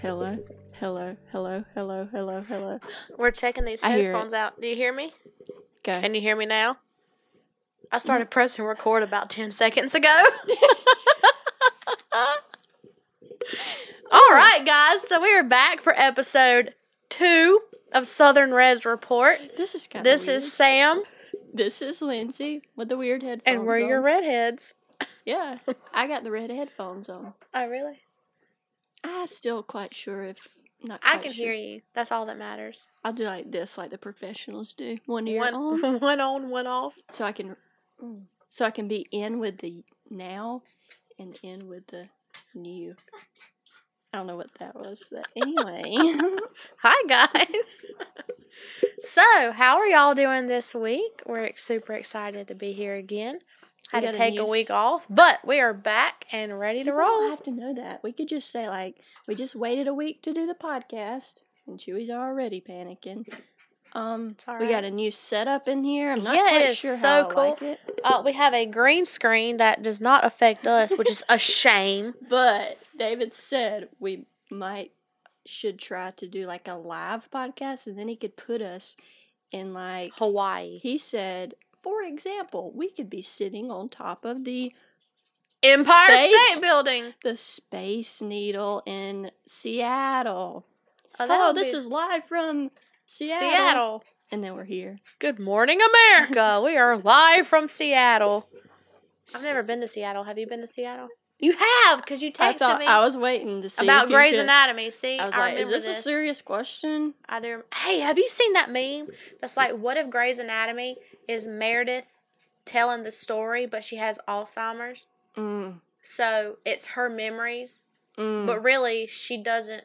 Hello, hello, hello, hello, hello, hello. We're checking these I hear it. headphones out. Do you hear me? Okay. Can you hear me now? I Mm-hmm. started pressing record about 10 seconds ago. Oh. All right, guys. So we are back for episode two of Southern Reds Report. this is kind of This is Sam, this is Lindsay with the weird headphones. and we're your on. redheads. yeah. I got the red headphones on. Oh, really? I'm still quite sure if not. I quite can sure. hear you. That's all that matters. I'll do like this, like the professionals do. One ear One, on, one on, one off. so I can, mm, so I can be in with the now, and in with the new. I don't know what that was, but anyway, Hi, guys. so, how are y'all doing this week? We're ex- super excited to be here again. We Had to got a take a new week s- off, but we are back and ready you to don't roll. have to know that. We could just say like we just waited a week to do the podcast, and Chewy's already panicking. Um, It's all we got right. a new setup in here. I'm not Yeah, it quite is sure so how I cool. like it, Uh, we have a green screen that does not affect us, which is a shame. but David said we might should try to do like a live podcast, and then he could put us in like Hawaii. he said. For example, we could be sitting on top of the Empire Space. State Building. the Space Needle in Seattle. Oh, that Hello, would this be is live from Seattle. Seattle. And then we're here. Good morning, America. we are live from Seattle. I've never been to Seattle. Have you been to Seattle? You have, because you texted I thought me. I was waiting to see about if you Grey's could- Anatomy. See, I was like, is remember this, a serious question? I do. rem- Hey, have you seen that meme? That's like, what if Grey's Anatomy is Meredith telling the story, but she has Alzheimer's, Mm, so it's her memories, mm. but really she doesn't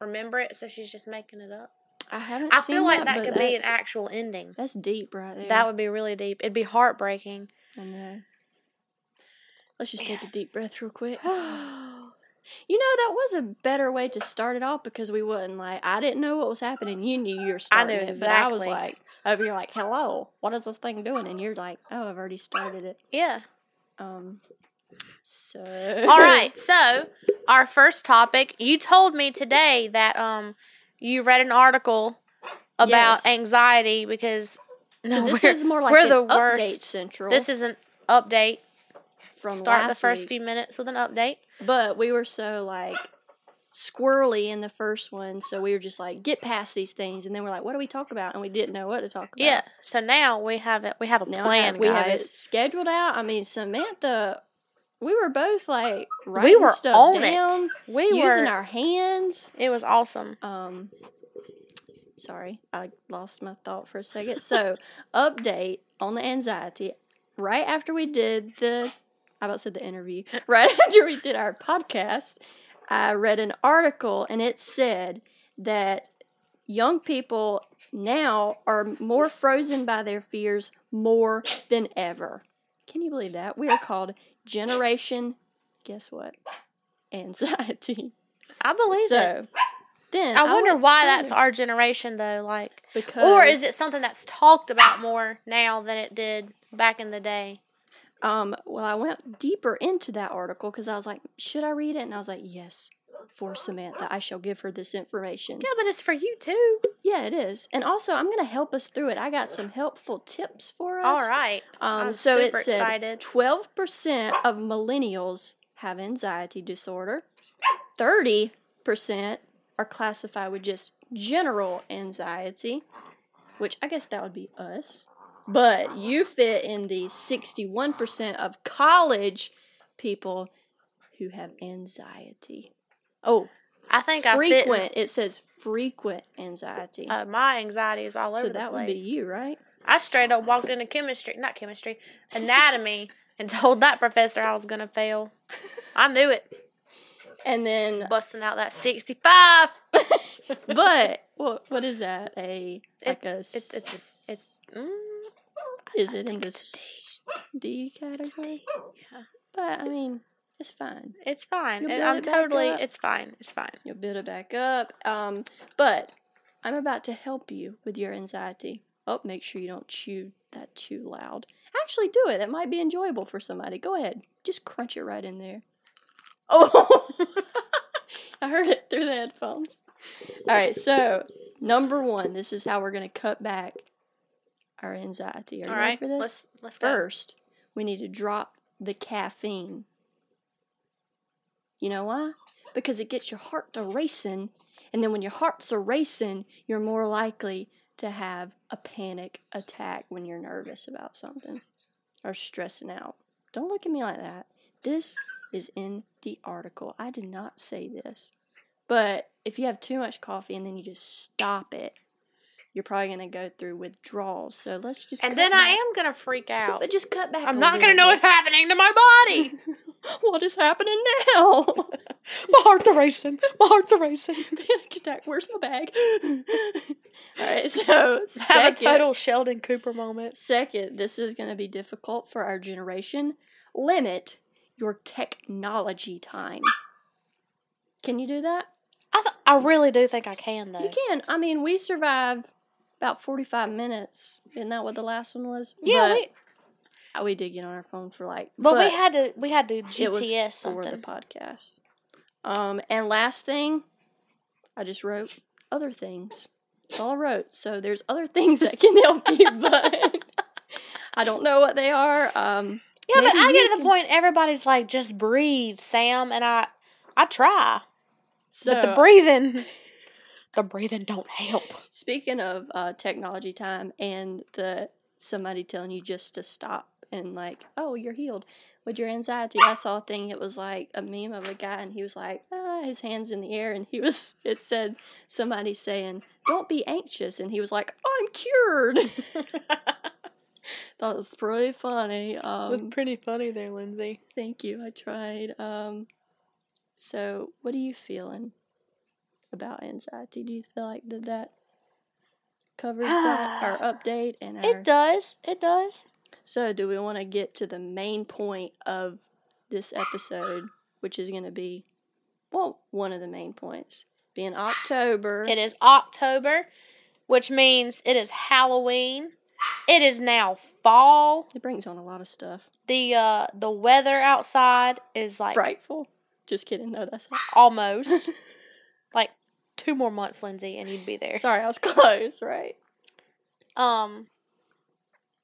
remember it, so she's just making it up. I haven't. I seen feel like that but could be an actual ending. That's deep, right there. That would be really deep. It'd be heartbreaking. I know. Let's just take Yeah. a deep breath real quick. yeah, You know that was a better way to start it off because we wasn't like I didn't know what was happening. You knew you were starting knew it, but I was exactly. like over here like, "Hello, what is this thing doing?" And you're like, "Oh, I've already started it." Um. So. All right. So, our first topic, you told me today that um you read an article about Yes. anxiety because So this we're- is more like we're an the update worst. central. this is an update. from Start the last first week. few minutes with an update. But we were so like squirrely in the first one, so we were just like, get past these things, and then we're like, what do we talk about? And we didn't know what to talk about. Yeah. So now we have it. We have a Now I plan, have- we have it guys. scheduled out. I mean, Samantha, we were both like writing we were stuff on down, it. We using were. our hands. it was awesome. Um, sorry, I lost my thought for a second. So, update on the anxiety. Right after we did the, I about said the interview. Right after we did our podcast, I read an article and it said that young people now are more frozen by their fears more than ever. Can you believe that? We are called Generation. Guess what? Anxiety. I believe it. So then I wonder went why that's further our generation though. Like, because or is it something that's talked about more now than it did back in the day? um well I went deeper into that article because I was like should I read it and I was like yes for Samantha I shall give her this information Yeah, but it's for you too. yeah it is and also I'm gonna help us through it I got some helpful tips for us All right. um I'm so it super said excited. twelve percent of millennials have anxiety disorder thirty percent are classified with just general anxiety which I guess that would be us. But you fit in the 61% of college people who have anxiety. Oh, I think I fit. frequent. It says frequent anxiety. in- Uh, my anxiety is all over so the that would place. be you, right? I straight up walked into chemistry, not chemistry, anatomy, and told that professor I was gonna fail. I knew it, And then, busting out that sixty-five. but what what is that? A It- like a It's it's just, it's. Mm, is it in the s- D category? yeah. But I mean, it's fine. It's fine. You'll It- build I'm it back totally. up. It's fine. It's fine. You'll build it back up. Um, but I'm about to help you with your anxiety. Oh, make sure you don't chew that too loud. Actually, do it. That might be enjoyable for somebody. Go ahead. Just crunch it right in there. Oh, I heard it through the headphones. All right, so number one, this is how we're gonna cut back our anxiety. Are you All ready right, for this? let's let's go. First, we need to drop the caffeine. You know why? Because it gets your heart to racing, and then when your heart's a racing, you're more likely to have a panic attack when you're nervous about something or stressing out. Don't look at me like that. This is in the article. I did not say this. But if you have too much coffee and then you just stop it, you're probably going to go through withdrawals. So let's just And cut then I back. am gonna freak out. But just cut back. I'm not gonna know what's happening to my body. what is happening now. my heart's racing. My heart's racing. Panic attack. Where's my bag? All right. So Have a second, total Sheldon Cooper moment. second, this is going to be difficult for our generation. Limit your technology time. Can you do that? I th- I really do think I can though. You can. I mean, we survive about forty-five minutes. Isn't that what the last one was? Yeah, But- we, Uh, we did get on our phone for like, but, we had to we had to was GTS for the something. podcast. Um, and last thing, I just wrote other things. That's all I wrote. So there's other things that can help you, but I don't know what they are. Um, yeah, but maybe I you get to the can- point. Everybody's like, just breathe, Sam, and I I try, so but the breathing, the breathing don't help. speaking of uh, technology time and the somebody telling you just to stop and like, oh, you're healed with your anxiety. I saw a thing. It was like a meme of a guy, and he was like, ah, his hands in the air, and he was. It said somebody saying, "Don't be anxious," and he was like, "I'm cured." That was pretty funny. Um, pretty funny there, Lindsay. thank you. I tried. Um, so, what are you feeling about anxiety? Do you feel like that that covers that our update and our? It does. It does. So, do we want to get to the main point of this episode, which is going to be, well, one of the main points being October. It is October, which means it is Halloween. It is now fall. It brings on a lot of stuff. The uh the weather outside is like Frightful. Just kidding. No, that's not. almost like two more months, Lindsay, and you'd be there. Sorry, I was close. Right. Um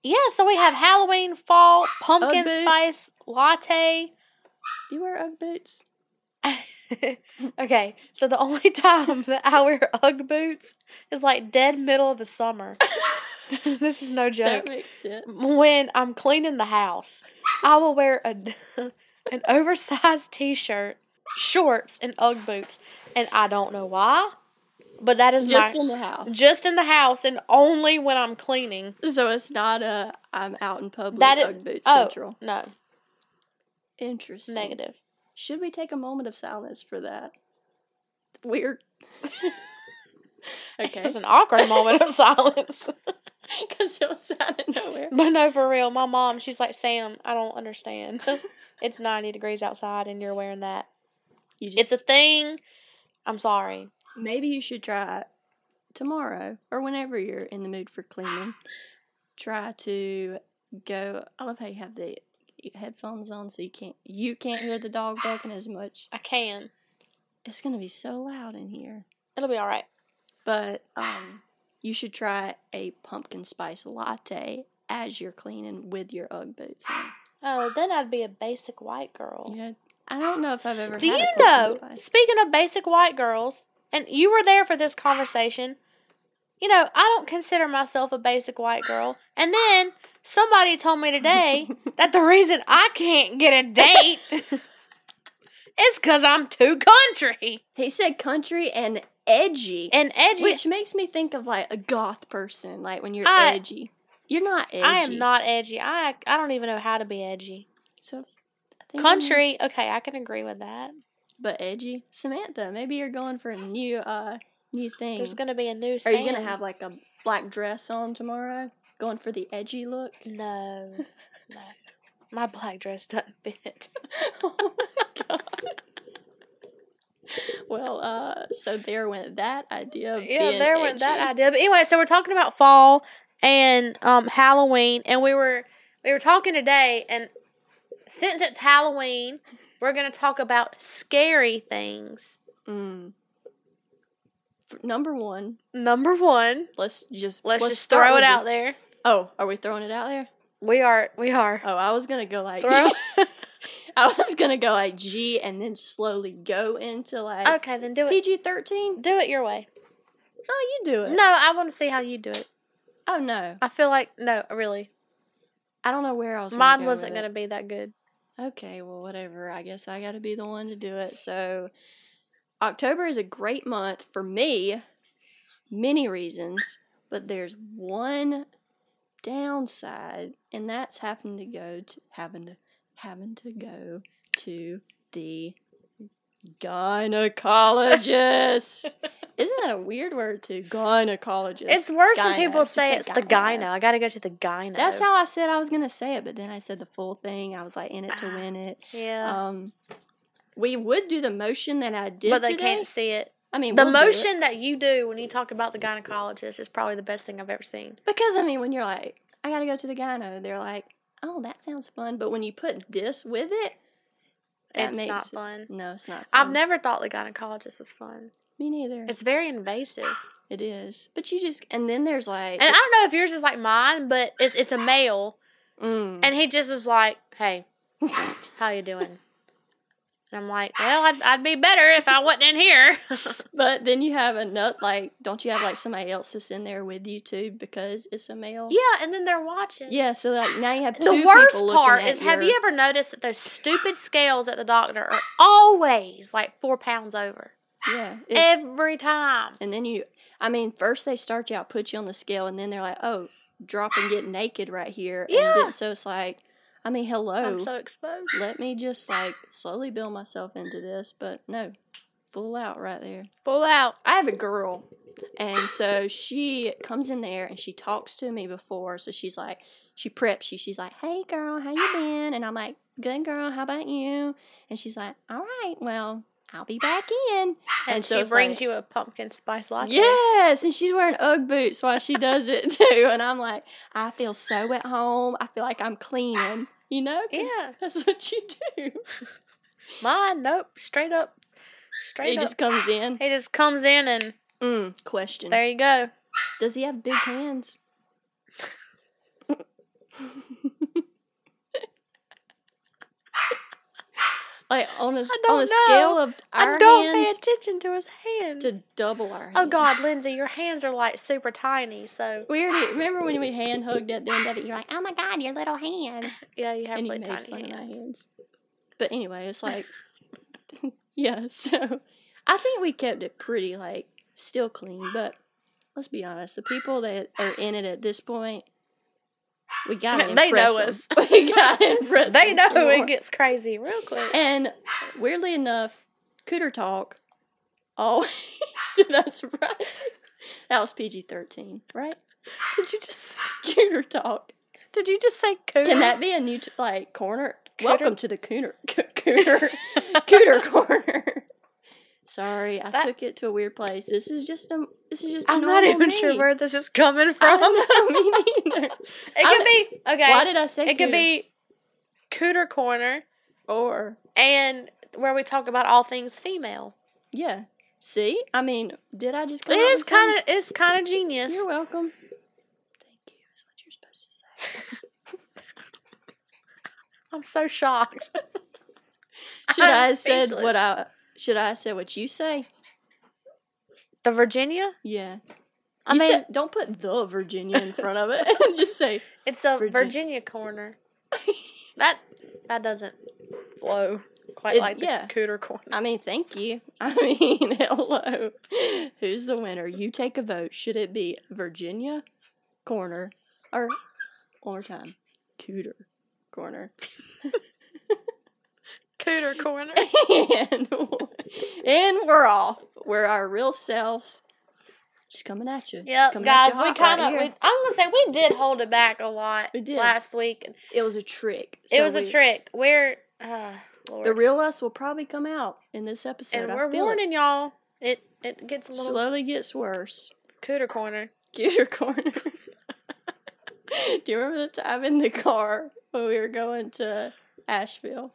Yeah, so we have Halloween, fall, pumpkin boots. spice, latte. Do you wear UGG boots? okay, so the only time that I wear Ugg boots is like dead middle of the summer. this is no joke. That makes sense. when I'm cleaning the house, I will wear a an oversized t-shirt, shorts, and UGG boots, and I don't know why, but that is Just my in the house. just in the house and only when I'm cleaning. so it's not a I'm out in public That is- UGG boots oh. central. No, Interesting. negative. Should we take a moment of silence for that? Weird. okay. It's an awkward moment of silence. because it was out of nowhere. But no, for real, my mom, she's like, Sam, I don't understand. it's 90 degrees outside and you're wearing that. You just, It's a thing. I'm sorry. maybe you should try it tomorrow or whenever you're in the mood for cleaning. Try to go. I love how you have the headphones on so you can't you can't hear the dog barking as much. I can. It's gonna be so loud in here. It'll be all right. But um, you should try a pumpkin spice latte as you're cleaning with your UGG boots. on. Oh, then I'd be a basic white girl. Yeah, I don't know if I've ever. Do had you a pumpkin know, Spice. speaking of basic white girls, and you were there for this conversation, you know, I don't consider myself a basic white girl. And then somebody told me today that the reason I can't get a date is because I'm too country He said country and edgy. and edgy. Which makes me think of like a goth person, like when you're I- edgy. You're not edgy. I am not edgy. I, I don't even know how to be edgy. So if- I think I'm- Country, okay, I can agree with that. but edgy. Samantha, maybe you're going for a new uh new thing. There's going to be a new Are you gonna Sam. have like a black dress on tomorrow? Going for the edgy look? No, no. My black dress doesn't fit. oh my god. Well, uh, so there went that idea. Of yeah, being there went that edgy. idea. But anyway, so we're talking about fall and um, Halloween, and we were we were talking today, and since it's Halloween, we're gonna talk about scary things Mm. F- Number one, Number one, let's just let's, just start throw with it the- out there. Oh, are we throwing it out there? We are, we are. Oh, I was gonna go like Throw- I was gonna go like G and then slowly go into like Okay, then do it. PG thirteen. Do it your way. No, you do it. No, I want to see how you do it. Oh no, I feel like no, really, I don't know where I was. mine gonna go wasn't with it. gonna be that good. Okay, well, whatever. I guess I got to be the one to do it. So, October is a great month for me, many reasons, but there's one downside, and that's having to go to having to having to go to the gynecologist. Isn't that a weird word too? Gynecologist. It's worse when gyno, people just say say it's the gyno. gyno. I gotta go to the gyno. that's how I said I was gonna say it, but then I said the full thing. I was like in it to Ah. win it. Yeah, Um, we would do the motion that I did but they today. can't see it. I mean, The we'll do it. motion that you do when you talk about the gynecologist is probably the best thing I've ever seen. because I mean, when you're like, I gotta go to the gyno, they're like, oh, that sounds fun. But when you put this with it, that it's makes not fun. no, it's not. Fun. I've never thought the gynecologist was fun. me neither. It's very invasive, It is, but you just and then there's like, and I don't know if yours is like mine, but it's it's a male, Mm. and he just is like, "Hey, how you doing?" And I'm like, "Well, I'd I'd be better if I wasn't in here." but then you have a nut like, don't you have like somebody else that's in there with you too because it's a male? yeah, and then they're watching. yeah. So like now you have two the worst people looking part at is have your- you ever noticed that those stupid scales at the doctor are always like four pounds over yeah it's- every time And then you, I mean, first they start you out, put you on the scale, and then they're like, oh, drop and get naked right here. And Yeah. then, so it's like, I mean, hello. i'm so exposed Let me just like slowly build myself into this, but no, full out right there. full out I have a girl, and so she comes in there and she talks to me before. So she's like, she preps you. She's like, "Hey, girl, how you been?" And I'm like, "Good, girl. How about you?" And she's like, "All right, well, I'll be back in." and, And so she it's brings like- you a pumpkin spice latte Yes, and she's wearing UGG boots while she does it too. And I'm like, I feel so at home. I feel like I'm cleaning, you know? 'cause Yeah. that's what you do. mine nope straight up straight he up just comes in. he just comes in and Mm, question: there you go Does he have big hands? like on a don't on a know. scale of i our don't hands pay attention to his hands to double our. Hands. oh god lindsay your hands are like super tiny so We already remember when we hand hugged at the end of it. You're like, oh my god, your little hands. yeah you have and he really made fun tiny of my hands hands. But anyway, it's like, yeah. So I think we kept it pretty like still clean. But let's be honest, the people that are in it at this point, we got to They impress know them. us. We got to impress. they them some know more. it gets crazy real quick And weirdly enough, Cooter Talk always did that surprise you? That was PG thirteen, right? did you just Cooter Talk. Did you just say cooter? Can that be a new t- like corner? Cooter- Welcome to the cooner co- cooter cooter corner. Sorry, I That- took it to a weird place. This is just a this is just. I'm not normal even me. sure where this is coming I from. don't know me neither. It could I be okay. Why did I say it could cooter? be cooter corner or and where we talk about all things female. yeah? See, I mean, did I just? It Come up is with something? kind of it's kind of genius. You're welcome. Thank you. Is what you're supposed to say. I'm so shocked. Should I'm I have said speechless. what I? Should I have said what you say? The Virginia? Yeah. I You mean, said- don't put the Virginia in front of it. just say it's a Virgin- Virginia corner. that that doesn't flow quite It- like the yeah. cooter corner. I mean, thank you. I mean, hello. Who's the winner? You take a vote. Should it be Virginia Corner or one more time, Cooter Corner? Cooter corner. and, and we're off. We're our real selves. Just coming at you. Yep, coming at guys, you we hot kind of. right here. I'm gonna say we did hold it back a lot We did. last week. It was a trick. it So was a we- trick. We're uh, Lord. The real us will probably come out in this episode. and I we're feel it. warning y'all. It it gets a little Slowly gets worse. cooter corner. Gator Corner. Do you remember the time in the car when we were going to Asheville?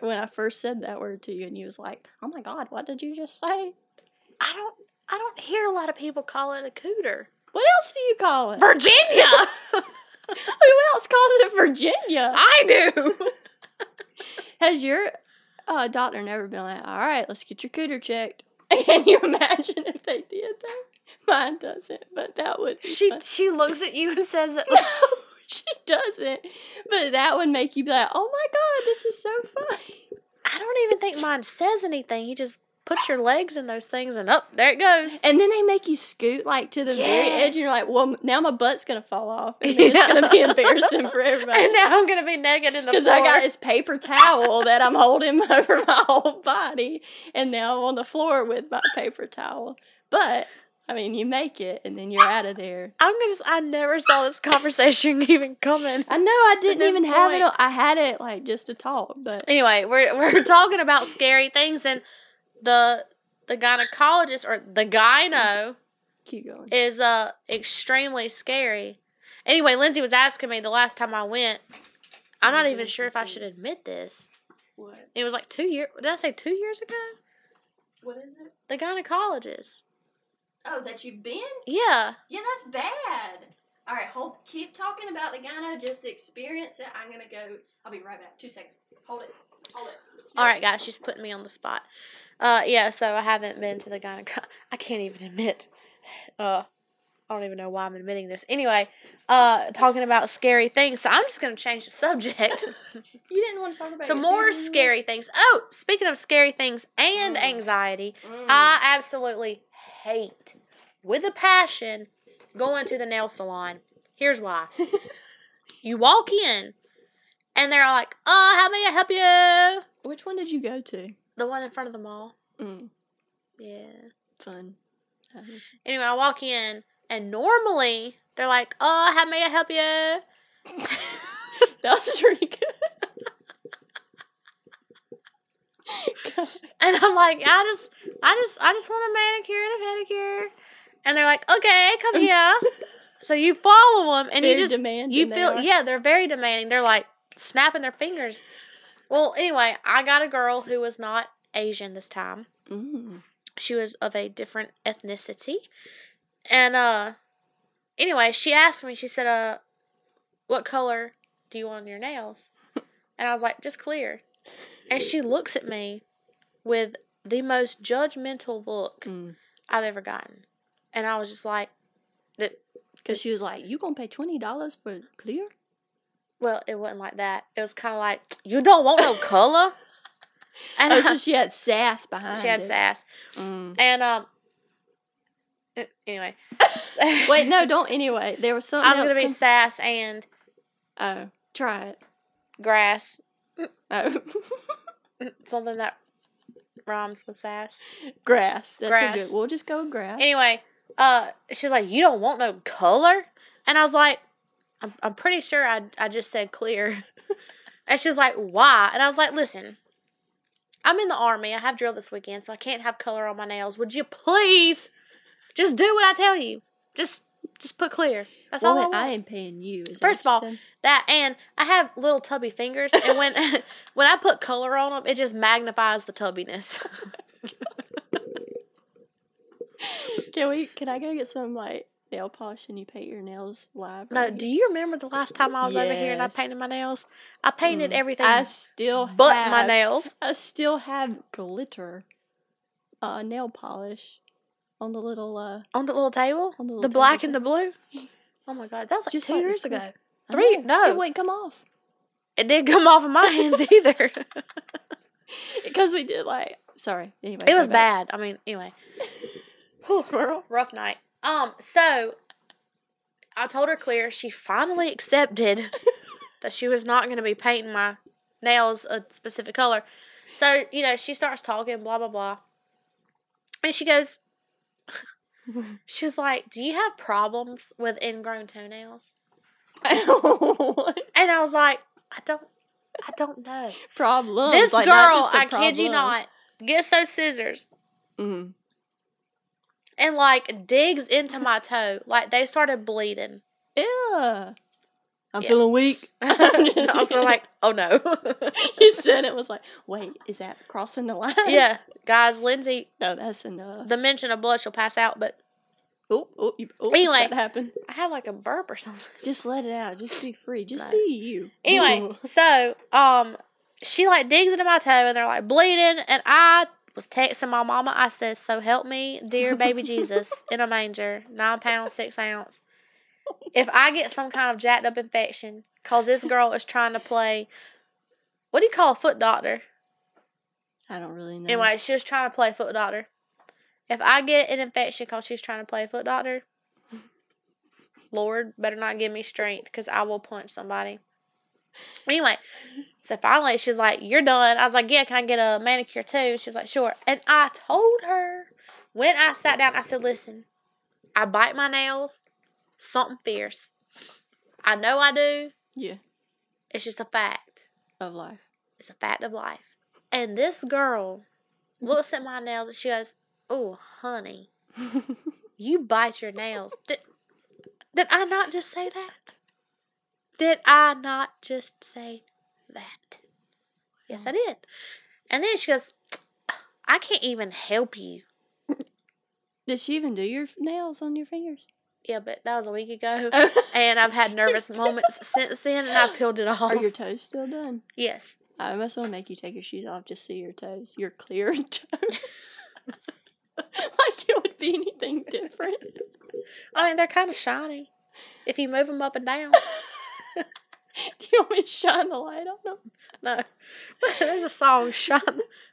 when I first said that word to you, and you was like, "Oh my God, what did you just say? I don't I don't hear a lot of people call it a cooter. What else do you call it? Virginia. Who else calls it Virginia? I do. Has your uh, doctor never been like, all right, let's get your cooter checked? Can you imagine if they did that? Mine doesn't, but that would. be She fun. she looks at you and says it No, she doesn't. But that would make you be like, oh my God, this is so fun. I don't even think mine says anything. He just puts your legs in those things and up there it goes. And then they make you scoot like to the very edge, and you're Yes. like, well, now my butt's going to fall off. And then it's going to be embarrassing for everybody. And now I'm gonna be naked in the Because floor. I got this paper towel that I'm holding over my whole body, and now I'm on the floor with my paper towel. But I mean, you make it, and then you're out of there. I'm gonna. s- I never saw this conversation even coming. I know I didn't this even have it. point- on- I had it like just to talk, but Anyway, we're we're talking about scary things, and the the gynecologist or the gyno keep going. is uh extremely scary. Anyway, Lindsay was asking me the last time I went. I'm not even sure if I should admit this. What? It was like two years. Did I say two years ago? What is it? The gynecologist. Oh, that you've been? Yeah. Yeah, that's bad. All right, hold. Keep talking about the gyno. Just experience it. I'm gonna go. I'll be right back. Two seconds. Hold it. Hold it. All right, guys, she's putting me on the spot. Uh, yeah. So I haven't been to the gyneco. I can't even admit. Uh, I don't even know why I'm admitting this. Anyway, uh, talking about scary things. So I'm just gonna change the subject You didn't want to talk about to your more family? scary things. Oh, speaking of scary things and Mm. anxiety, Mm. I absolutely hate with a passion going to the nail salon. Here's why. you walk in and they're like, "Oh, how may I help you?" Which one did you go to? The one in front of the mall. Mm, Yeah. fun. That was- Anyway, I walk in and normally they're like, "Oh, how may I help you?" That was pretty good. God. And I'm like, "I just I just I just want a manicure and a pedicure." And they're like, "Okay, come here." so you follow them and Very you just demanding you they feel are. yeah, they're very demanding. They're like snapping their fingers. Well, anyway, I got a girl who was not Asian this time. Mm. she was of a different ethnicity and uh anyway she asked me she said uh what color do you want on your nails and i was like just clear and she looks at me with the most judgmental look Mm. i've ever gotten and i was just like Cause she was like, "You gonna pay twenty dollars for clear?" well it wasn't like that it was kind of like you don't want no color and Oh, so I, she had sass behind. she had it. sass Mm. and um anyway Wait, no, don't. Anyway, there was something i was else. gonna be sass and com- oh, try it. grass Oh. something that rhymes with sass. grass. That's a Grass. good. We'll just go with grass. Anyway, uh, she's like, "You don't want no color," and I was like, "I'm, I'm pretty sure I I just said clear," and she's like, "Why?" And I was like, "Listen." I'm in the army. I have drill this weekend, so I can't have color on my nails. Would you please just do what I tell you? Just just put clear. That's all I Well, want. I, am paying you. is that First what of you all, said? That and I have little tubby fingers, and when when I put color on them, it just magnifies the tubbiness. can we? Can I go get some like nail polish and you paint your nails live? No, right do you remember the last time I was over here and I Yes. painted my nails? I painted Mm. everything I still but have, my nails. I still have glitter, uh, nail polish, on the little uh, On the little table? on the little the table black and the thing. blue? Oh my god, that was like Just two like the years three- ago. I Three? know, No. it wouldn't come off It didn't come off of my hands either. because we did like. Sorry. Anyway, it go was back. bad. I mean, anyway. Squirrel. Rough night. Um, so I told her clear, she finally accepted that she was not gonna be painting my nails a specific color. So, you know, she starts talking, blah blah blah. And she goes, She was like, Do you have problems with ingrown toenails? And I was like, I don't I don't know. problem. this like, girl, not just a I kid you problem. not, gets those scissors Mm. and like digs into my toe. Like they started bleeding. Yeah. I'm Yeah. feeling weak. And also like, oh no. you said it was like, wait, is that crossing the line? yeah, guys, Lindsay, No, that's enough. the mention of blood, she'll pass out. But oop, oop, you, oop, Anyway. that happened. I had like a burp or something. Just let it out. Just be free. Just No. be you. Anyway, so um, she like digs into my toe and they're like bleeding, and I was texting my mama. I said, "So help me, dear baby Jesus, in a manger, nine pounds six ounce. If I get some kind of jacked up infection, cause this girl is trying to play, what do you call a foot doctor? I don't really know. Anyway, she was trying to play foot doctor. If I get an infection cause she's trying to play foot doctor, Lord, better not give me strength because I will punch somebody. Anyway, so finally she's like, You're done. I was like, Yeah, can I get a manicure too? She's like, Sure. And I told her when I sat down, I said, Listen, I bite my nails, something fierce. I know I do. yeah, It's just a fact. of life. It's a fact of life. And this girl looks at my nails and she goes, Oh, honey, you bite your nails. Did, did I not just say that? Did I not just say that? Yes, I did. And then she goes, I can't even help you. Did she even do your f- nails on your fingers? Yeah, but that was a week ago. And I've had nervous moments since then and I peeled it off. Are your toes still done? yes. I must want to make you take your shoes off just to see your toes. Your clear toes. like it would be anything different. I mean, they're kind of shiny if you move them up and down. Do you want me to shine the light on them? No. There's a song, Shine.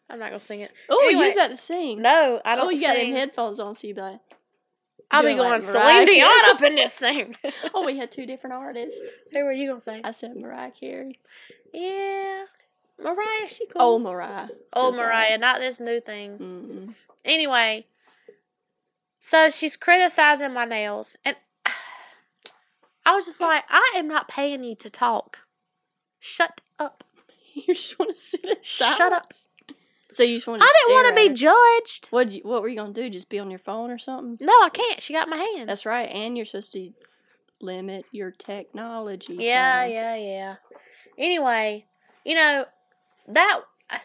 I'm not going to sing it. Oh, you Anyway. was about to sing. No, I don't oh, you got them sing. headphones on, so you be like, I'll be doing going like Celine Mariah Dion Carey. up in this thing. oh, we had two different artists. Who are you going to say? I said Mariah Carey. Yeah. Mariah, she cool. Oh, Mariah. Old that's all Mariah, right. not this new thing. Mm-mm. Anyway, so she's criticizing my nails. And I was just like, I am not paying you to talk. Shut up. You just want to sit in silence. Shut up. So you just want to I didn't want to be judged. What you, what were you gonna do? Just be on your phone or something? No, I can't. She got my hands. That's right. And you're supposed to limit your technology. Yeah, time. yeah, yeah. Anyway, you know that uh,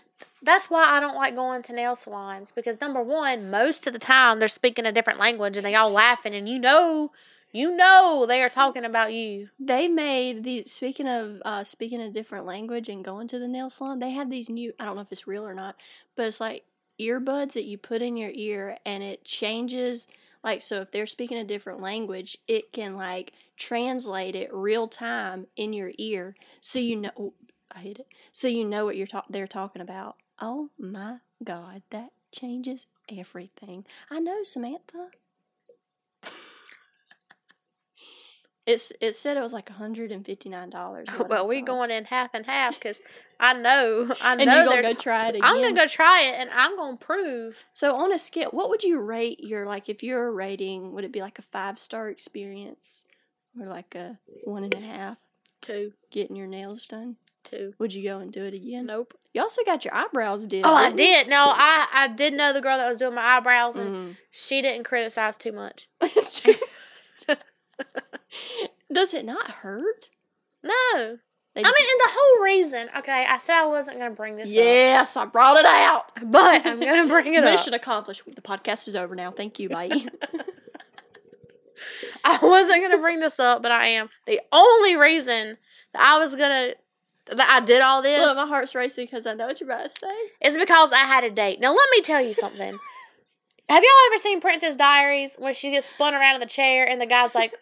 that's why I don't like going to nail salons because number one, most of the time they're speaking a different language and they all laughing and you know, you know they are talking about you. They made the speaking of uh, speaking a different language and going to the nail salon. They had these new. I don't know if it's real or not, but it's like earbuds that you put in your ear and it changes. Like so, if they're speaking a different language, it can like translate it real time in your ear, so you know. oh, I hit it. So you know what you're ta- they're talking about. Oh my god, that changes everything. I know, Samantha. It's it said it was like hundred and fifty nine dollars. Well, we going in half and half because I know, I and you know gonna go they're. try it again. I'm gonna go try it and I'm gonna prove. So on a scale, what would you rate your like if you're rating? Would it be like a five star experience or like a one and a half Two, getting your nails done? two. Would you go and do it again? Nope. You also got your eyebrows did. Oh, I didn't you? did. No, I I did know the girl that was doing my eyebrows and Mm. she didn't criticize too much. It's true. Does it not hurt? No, They I mean, just- and the whole reason. Okay, I said I wasn't gonna bring this yes, I brought it out. up, but I'm gonna bring it up. Mission accomplished. The podcast is over now. Thank you. Bye. I wasn't gonna bring this up, but I am. The only reason that I was gonna that I did all this Look, my heart's racing because I know what you're about to say. is because I had a date. Now let me tell you something. Have y'all ever seen Princess Diaries when she gets spun around in the chair and the guy's like,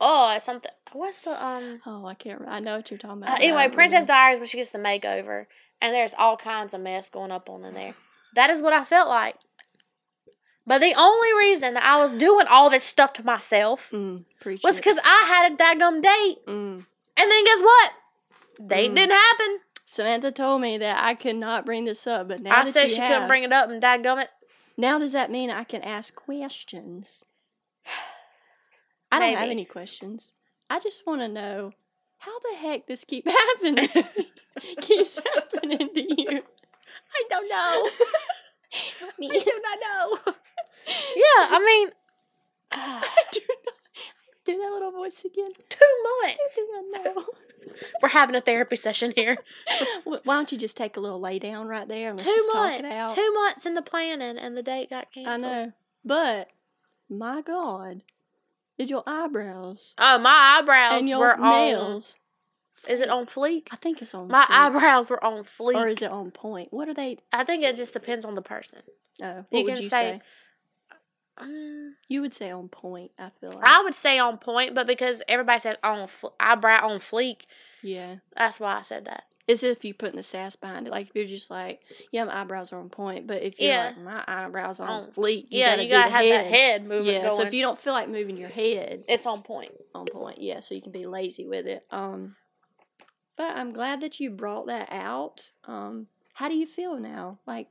"Oh, it's something." What's the um? Oh, I can't. Remember. I know what you're talking Uh, about. anyway, but I Princess Diaries when she gets the makeover and there's all kinds of mess going up on in there. That is what I felt like. But the only reason that I was doing all this stuff to myself Mm, preach was it. because I had a daggum date. Mm. And then guess what? Date Mm. didn't happen. Samantha told me that I could not bring this up, but now I that said you she have, couldn't bring it up and daggum it. Now does that mean I can ask questions? I don't have Maybe. any questions. I just want to know how the heck this keep happening. keeps happening to you. I don't know. Me. I do not know. yeah, I mean, I do not. Do that little voice again. Two I months. think I know. We're having a therapy session here. Wh- Why don't you just take a little lay down right there and let's Two just talk it out? months. Two months in the planning, and the date got I canceled. know, but my God, did your eyebrows Oh, my eyebrows and your were nails? on. Is it on fleek? I think it's on My point. eyebrows were on fleek. or is it on point? What are they? I think it just depends on the person. Oh, what You would can you say, say- Um, You would say on point. I feel Mm, like. I would say on point, but because everybody said on fl- eyebrow on fleek, yeah, that's why I said that. it's if you putting the sass behind it. Like if you're just like, yeah, my eyebrows are on point, but if you're Yeah. like, my eyebrows are on On- fleek, you yeah, gotta you do gotta the have head. that head movement yeah, going. so if you don't feel like moving your head it's on point. on point, yeah, so you can be lazy with it. Um, but I'm glad that you brought that out. Um, how do you feel now? Like,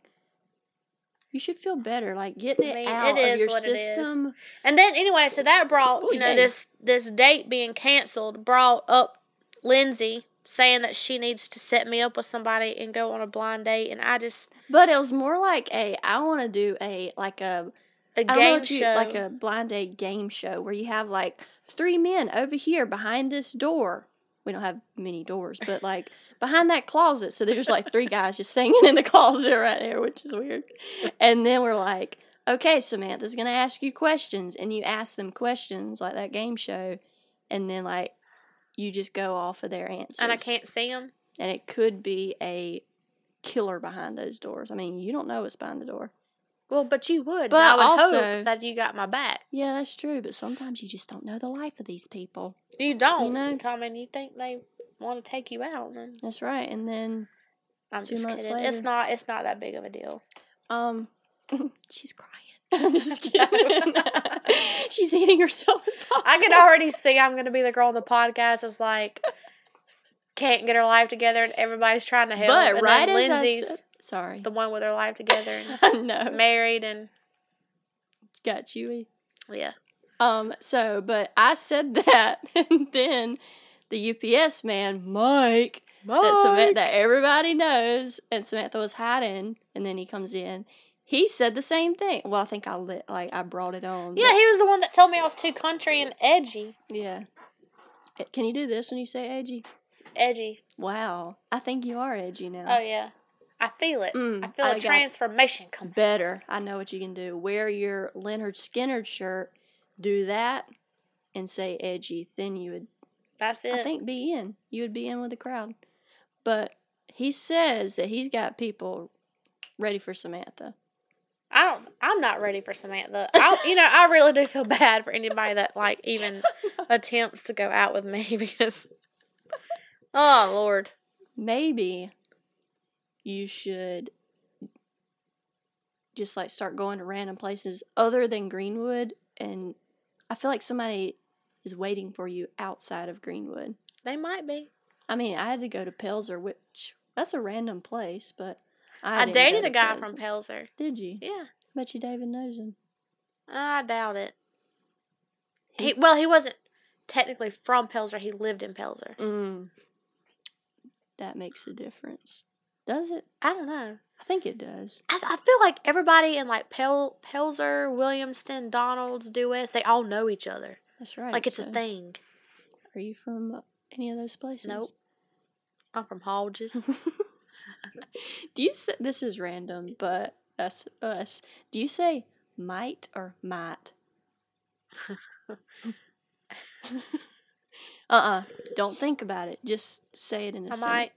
you should feel better. Like getting I it mean, it out of is your what it is. system. And then anyway, so that brought Ooh, you know dang. this this date being canceled brought up Lindsay saying that she needs to set me up with somebody and go on a blind date, and I just But it was more like a I want to do a like a a I game don't know what you show like a blind date game show where you have like three men over here behind this door. We don't have many doors, but like behind that closet. So there's just like three guys just singing in the closet right there, which is weird. And then we're like, okay, Samantha's gonna ask you questions, and you ask them questions like that game show, and then like you just go off of their answers. and I can't see him. and it could be a killer behind those doors. I mean, you don't know what's behind the door. Well, but you But would. But I would also- hope that you got my back. Yeah, that's true, but sometimes you just don't know the life of these people. You don't. You know? I mean, you think they want to take you out? and That's right. And then I'm Two just months kidding. later. It's not. It's not that big of a deal. um she's crying. I'm just kidding. she's eating herself. I can already see I'm gonna be the girl on the podcast that's like can't get her life together, and everybody's trying to help. But and right then as I Lindsay's said- sorry. the one with her life together and no. married, and Got chewy. yeah, Um so but I said that and then the UPS man, Mike, that Samantha that everybody knows and Samantha was hiding and then he comes in. He said the same thing. Well, I think I lit like I brought it on. yeah, he was the one that told me I was too country and edgy, but- yeah. Eh, Can you do this when you say edgy? edgy. Wow. I think you are edgy now. Oh yeah, I feel it. Mm, Mm-hmm. I feel I a got- transformation coming. Better. I know what you can do. Wear your Leonard Skinner shirt, do that, and say edgy. Then you would That's it. I think be in. You would be in with the crowd. But he says that he's got people ready for Samantha. I don't. I'm not ready for Samantha. I, you know, I really do feel bad for anybody that like even attempts to go out with me because, oh Lord, maybe you should just like start going to random places other than Greenwood and I feel like somebody is waiting for you outside of Greenwood. they might be. I mean, I had to go to Pelzer, which that's a random place, but I, I, didn't go dated to a guy Pelzer. from Pelzer. Did you? Yeah, Bet you David knows him. I doubt it. He- He well, he wasn't technically from Pelzer. He lived in Pelzer. Mm. That makes a difference. Does it? I don't know. I think it does. I, I feel like everybody in like Pel Pelzer, Williamston, Donalds, Dewes, they all know each other. That's right. Like it's so, a thing. Are you from any of those places? Nope. I'm from Hodges. Do you say this is random, but that's us? Do you say might or might? uh uh-uh. uh. do not think about it. Just say it in a I sentence. might.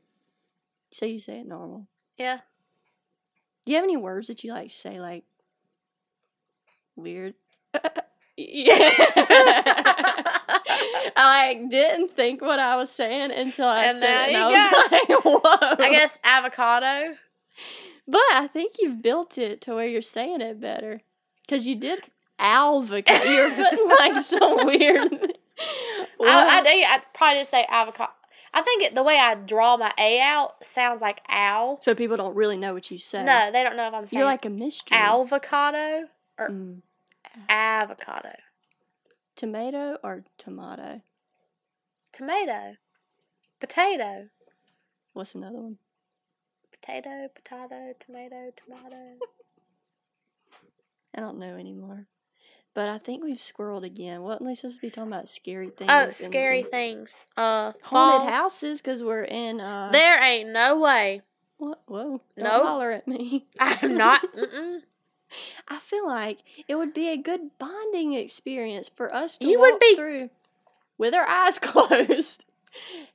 So you say it normal. Yeah. Do you have any words that you like say like weird? yeah. I like didn't think what I was saying until I And said it, and now I you was like, "Whoa!" I guess avocado. But I think you've built it to where you're saying it better. Because you did avocado. you were putting like some weird. I, I, do- I probably just say avocado. I think it, the way I draw my A out sounds like owl. so people don't really know what you say. No, they don't know if I'm saying You're like a mystery. avocado, Mm. avocado, Tomato or tomato? tomato, potato, What's another one? potato, potato, tomato, tomato. I don't know anymore. But I think we've squirreled again. Wasn't we supposed to be talking about scary things? Oh, and scary things- things. Uh, fall. Haunted houses because we're in. Uh, There ain't no way. what? Whoa! Don't Nope. holler at me. I'm not. Mm-mm. I feel like it would be a good bonding experience for us to You walk would be- through with our eyes closed,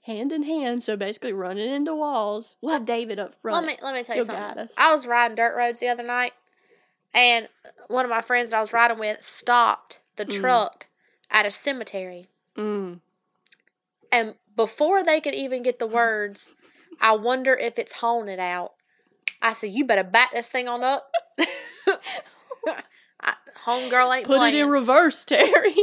hand in hand. So basically, running into walls. We'll have David up front. Let me let me tell you You'll something. guide us. I was riding dirt roads the other night, and one of my friends that I was riding with stopped the Mm. truck at a cemetery, Mm. and before they could even get the words, "I wonder if it's haunted out," I said, "You better back this thing on up." I, homegirl ain't Put playing. it in reverse, Terry.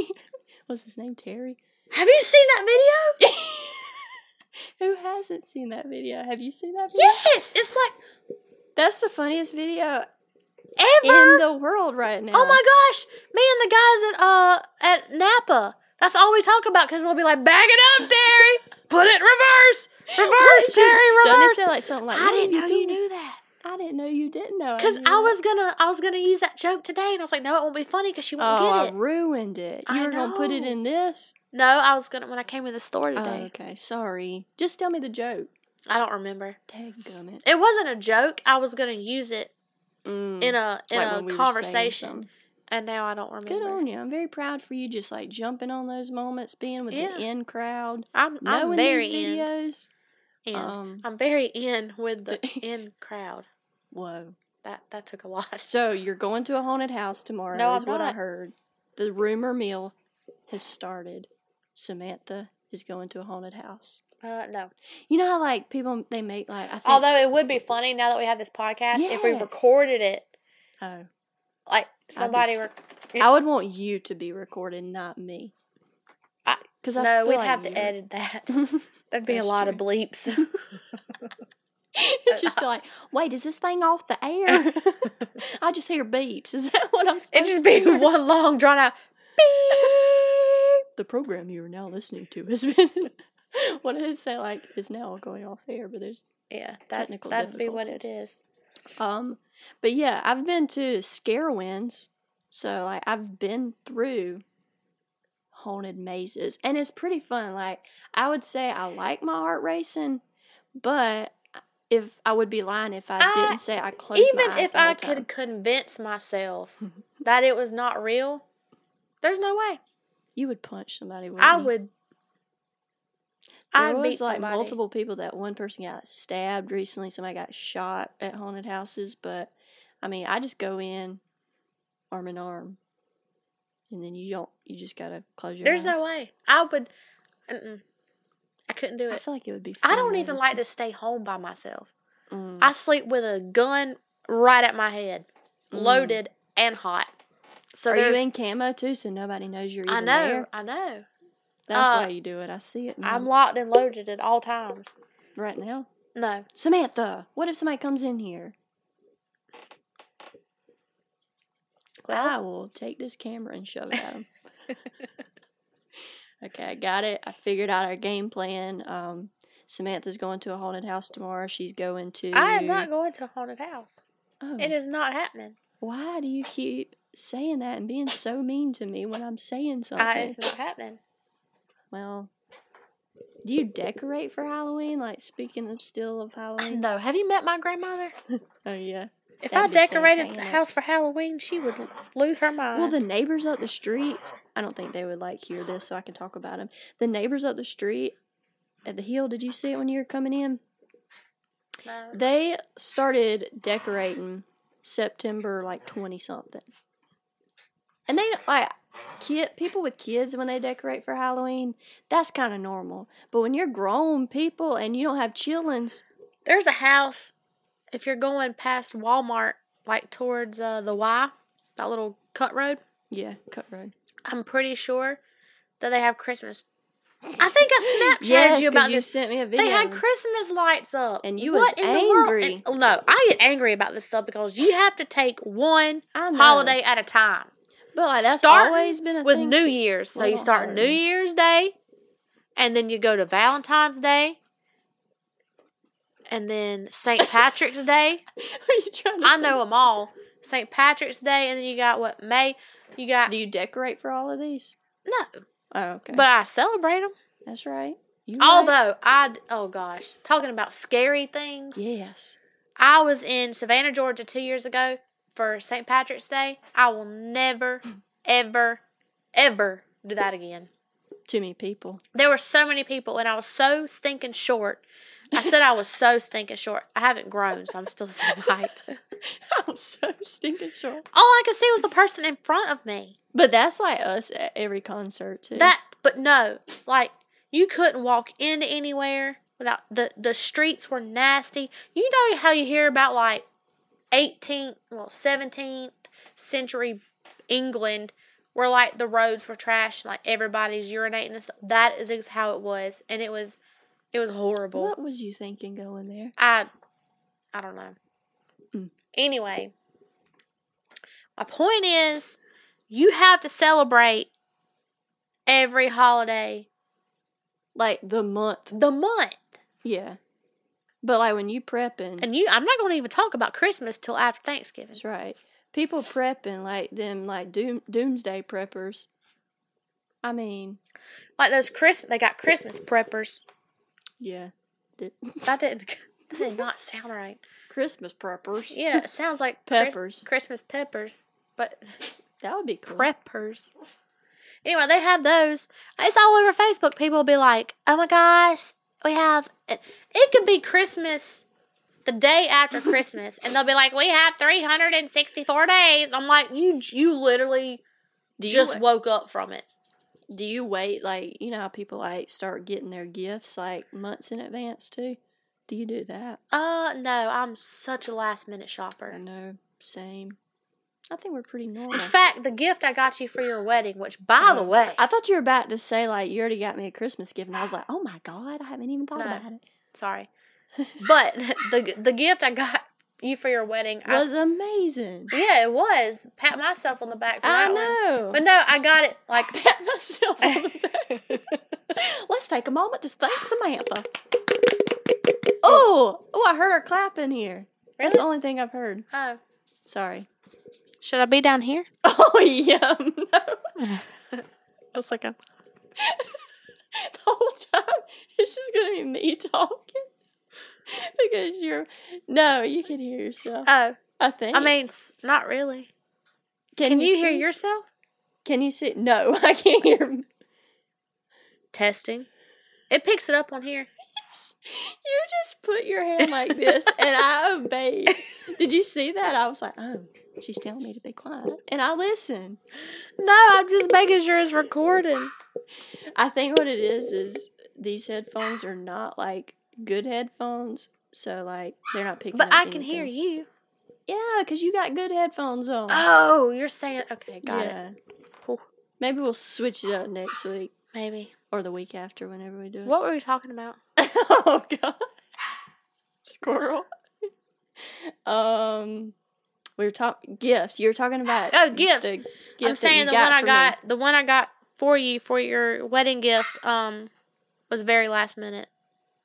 What's his name? Terry. Have you seen that video? Who hasn't seen that video? Have you seen that video? Yes, it's like That's the funniest video ever. in the world right now. Oh my gosh, me and the guys at uh at Napa. That's all we talk about because we'll be like, back it up, Terry. Put it in reverse, reverse, Wait, Terry, Doesn't it reverse. sound like something like I "What are didn't know you doing?" knew that. I didn't know you didn't know. Cause knew I that. was gonna, I was gonna use that joke today, and I was like, no, it won't be funny because she won't Oh, I get it. ruined it. You I were gonna put it know. in this. No, I was gonna when I came to the store Oh, today. okay, sorry. Just tell me the joke. I don't remember. Dadgummit. It wasn't a joke. I was gonna use it Mm. in a in Like a when we were saying conversation, something. and now I don't remember. Good on you. I'm very proud for you. Just like jumping on those moments, being with Yeah. the in crowd, I'm I'm knowing very these in. videos. in. Um, I'm very in with the The- in crowd. whoa. That that took a lot. So you're going to a haunted house tomorrow? No, is I'm what I not. heard. The rumor mill has started. Samantha is going to a haunted house. Uh, no. You know how like people they make like I think, Although it would be funny now that we have this podcast if we Yes. recorded it, oh, like somebody. st- Rec- I would want you to be recorded, not me. I- Because I no, feel we'd like have to you would- edit that. There'd be That's a lot of true. bleeps. It'd just be like, wait, is this thing off the air? I just hear beeps. Is that what I'm? It'd Supposed just to be hear? one long drawn out. beep. the program you are now listening to has been. what did it say? Like is now going off air, but there's Yeah, that's Technical that'd be what it is. Um, but yeah, I've been to Scarewinds, so like I've been through haunted mazes, and it's pretty fun. Like I would say I like my heart racing, but if I would be lying if I, I- didn't say I closed my Even eyes if the whole I could time. convince myself that it was not real, there's no way. you would punch somebody. Wouldn't I you? would. Mm-hmm. There I'd was beat like somebody. multiple people that one person got stabbed recently. Somebody got shot at haunted houses, but I mean, I just go in arm in arm, and then you don't. You just gotta close your. There's eyes. no way. I would. Mm-mm. I couldn't do I it. feel like it would be. Fun I don't though, even to like see- to stay home by myself. Mm, I sleep with a gun right at my head, mm. loaded and hot. So Are you there's. in camo too, so nobody knows you're even I know. there? Mm. I know. That's Uh, why you do it. I see it now. I'm locked and loaded at all times. right now. No. Samantha, what if somebody comes in here? Well, I will take this camera and shove it at them. okay, I got it. I figured out our game plan. Um, Samantha's going to a haunted house tomorrow. She's going to. I am not going to a haunted house. Oh, It is not happening. why do you keep saying that and being so mean to me when I'm saying something? I, it's not happening. Well, do you decorate for Halloween? Like speaking of still of Halloween. No. Have you met my grandmother? Oh yeah. If That'd I be decorated the Santana. house for Halloween, she would l- lose her mind. Well, the neighbors up the street, I don't think they would like hear this, so I can talk about them. The neighbors up the street at the hill, did you see it when you were coming in? No. They started decorating September like 20 something. And they like kid people with kids when they decorate for Halloween, that's kind of normal. But when you're grown people and you don't have chillins, There's a house if you're going past Walmart, like towards uh, the Y, that little cut road. yeah, cut road. I'm pretty sure that they have Christmas. I think I Snapchatted Yes, you 'cause about you this. sent me a video. They had Christmas lights up, And you was in the world? angry. And- no, I get angry about this stuff because you have to take one I know. holiday at a time. But like that's Starting always been a with thing. New Year's. So Well, you don't start hurt New me. Year's Day, and then you go to Valentine's Day, and then St. Patrick's Day. Are you trying to I know them all. St. Patrick's Day, and then you got what May. You got Do you decorate for all of these? no, Oh, okay. but I celebrate them. That's right. You right. Although I, oh gosh, talking about scary things. Yes. I was in Savannah, Georgia two years ago for St. Patrick's Day. I will never, ever, ever do that again. Too many people. There were so many people, and I was so stinking short. I said I was so stinking short. I haven't grown, so I'm still the same height. I'm so stinking short. All I could see was the person in front of me. But that's like us at every concert too. That, but no, like you couldn't walk into anywhere without the the streets were nasty. You know how you hear about like 18th, well 17th century England where like the roads were trash and like everybody's urinating and stuff. That is ex- how it was, and it was it was horrible. what was you thinking going there? I I don't know. Mm. Anyway, my point is you have to celebrate every holiday Like the month. the month. Yeah. But like when you prepping, And you I'm not going to even talk about Christmas till after Thanksgiving. that's right. People prepping like them like doom doomsday preppers. I mean, Like those Chris they got Christmas preppers. yeah. Did- That didn't that did not sound right. Christmas preppers. Yeah, it sounds like Chris- Peppers. Christmas peppers, but That would be cool. preppers. Anyway, they have those. It's all over Facebook. People will be like, "Oh my gosh, we have." It, it could be Christmas, the day after Christmas, and they'll be like, "We have 364 days." I'm like, "You, you literally do you just wa- woke up from it." do you wait like you know how people like start getting their gifts like months in advance too? Do you do that? Uh, no, I'm such a last minute I shopper. know. Same. I think we're pretty normal. In fact, the gift I got you for your wedding, which by the Um, way, I thought you were about to say like you already got me a Christmas gift, and I was like, oh my god, I haven't even thought No. about it. sorry, but the the gift I got you for your wedding, I was amazing. Yeah, it was. Pat myself on the back for I that one. know. But no, I got it. Like, pat myself on the back. Let's take a moment to thank Samantha. Oh, oh, I heard her clapping here. That's the really? only thing I've heard. Oh, Sorry. should I be down here? Oh yeah, no. the Looks like I'm. whole time it's just gonna be me talking because you're no, you can hear yourself. Oh, I think. I mean, s- not really. Can, you, hear see? yourself? Can you see? No, I can't hear. me. Testing. It picks it up on here. You just put your hand like this, and I obeyed. Did you see that? I was like, oh, she's telling me to be quiet, and I listened. No, I'm just making sure it's recording. I think what it is is these headphones are not like good headphones, so like they're not picking. But up I can hear anything. you. Yeah, because you got good headphones on. Oh, you're saying. Okay, got it. yeah. Whew. Maybe we'll switch it up next week Maybe. or the week after, whenever we do it. What were we talking about? oh god. Squirrel. um we were talking gifts. You were talking about Oh, gifts. the gift I'm saying that the you one I for me. got, the one I got for you for your wedding gift, um, was very last minute.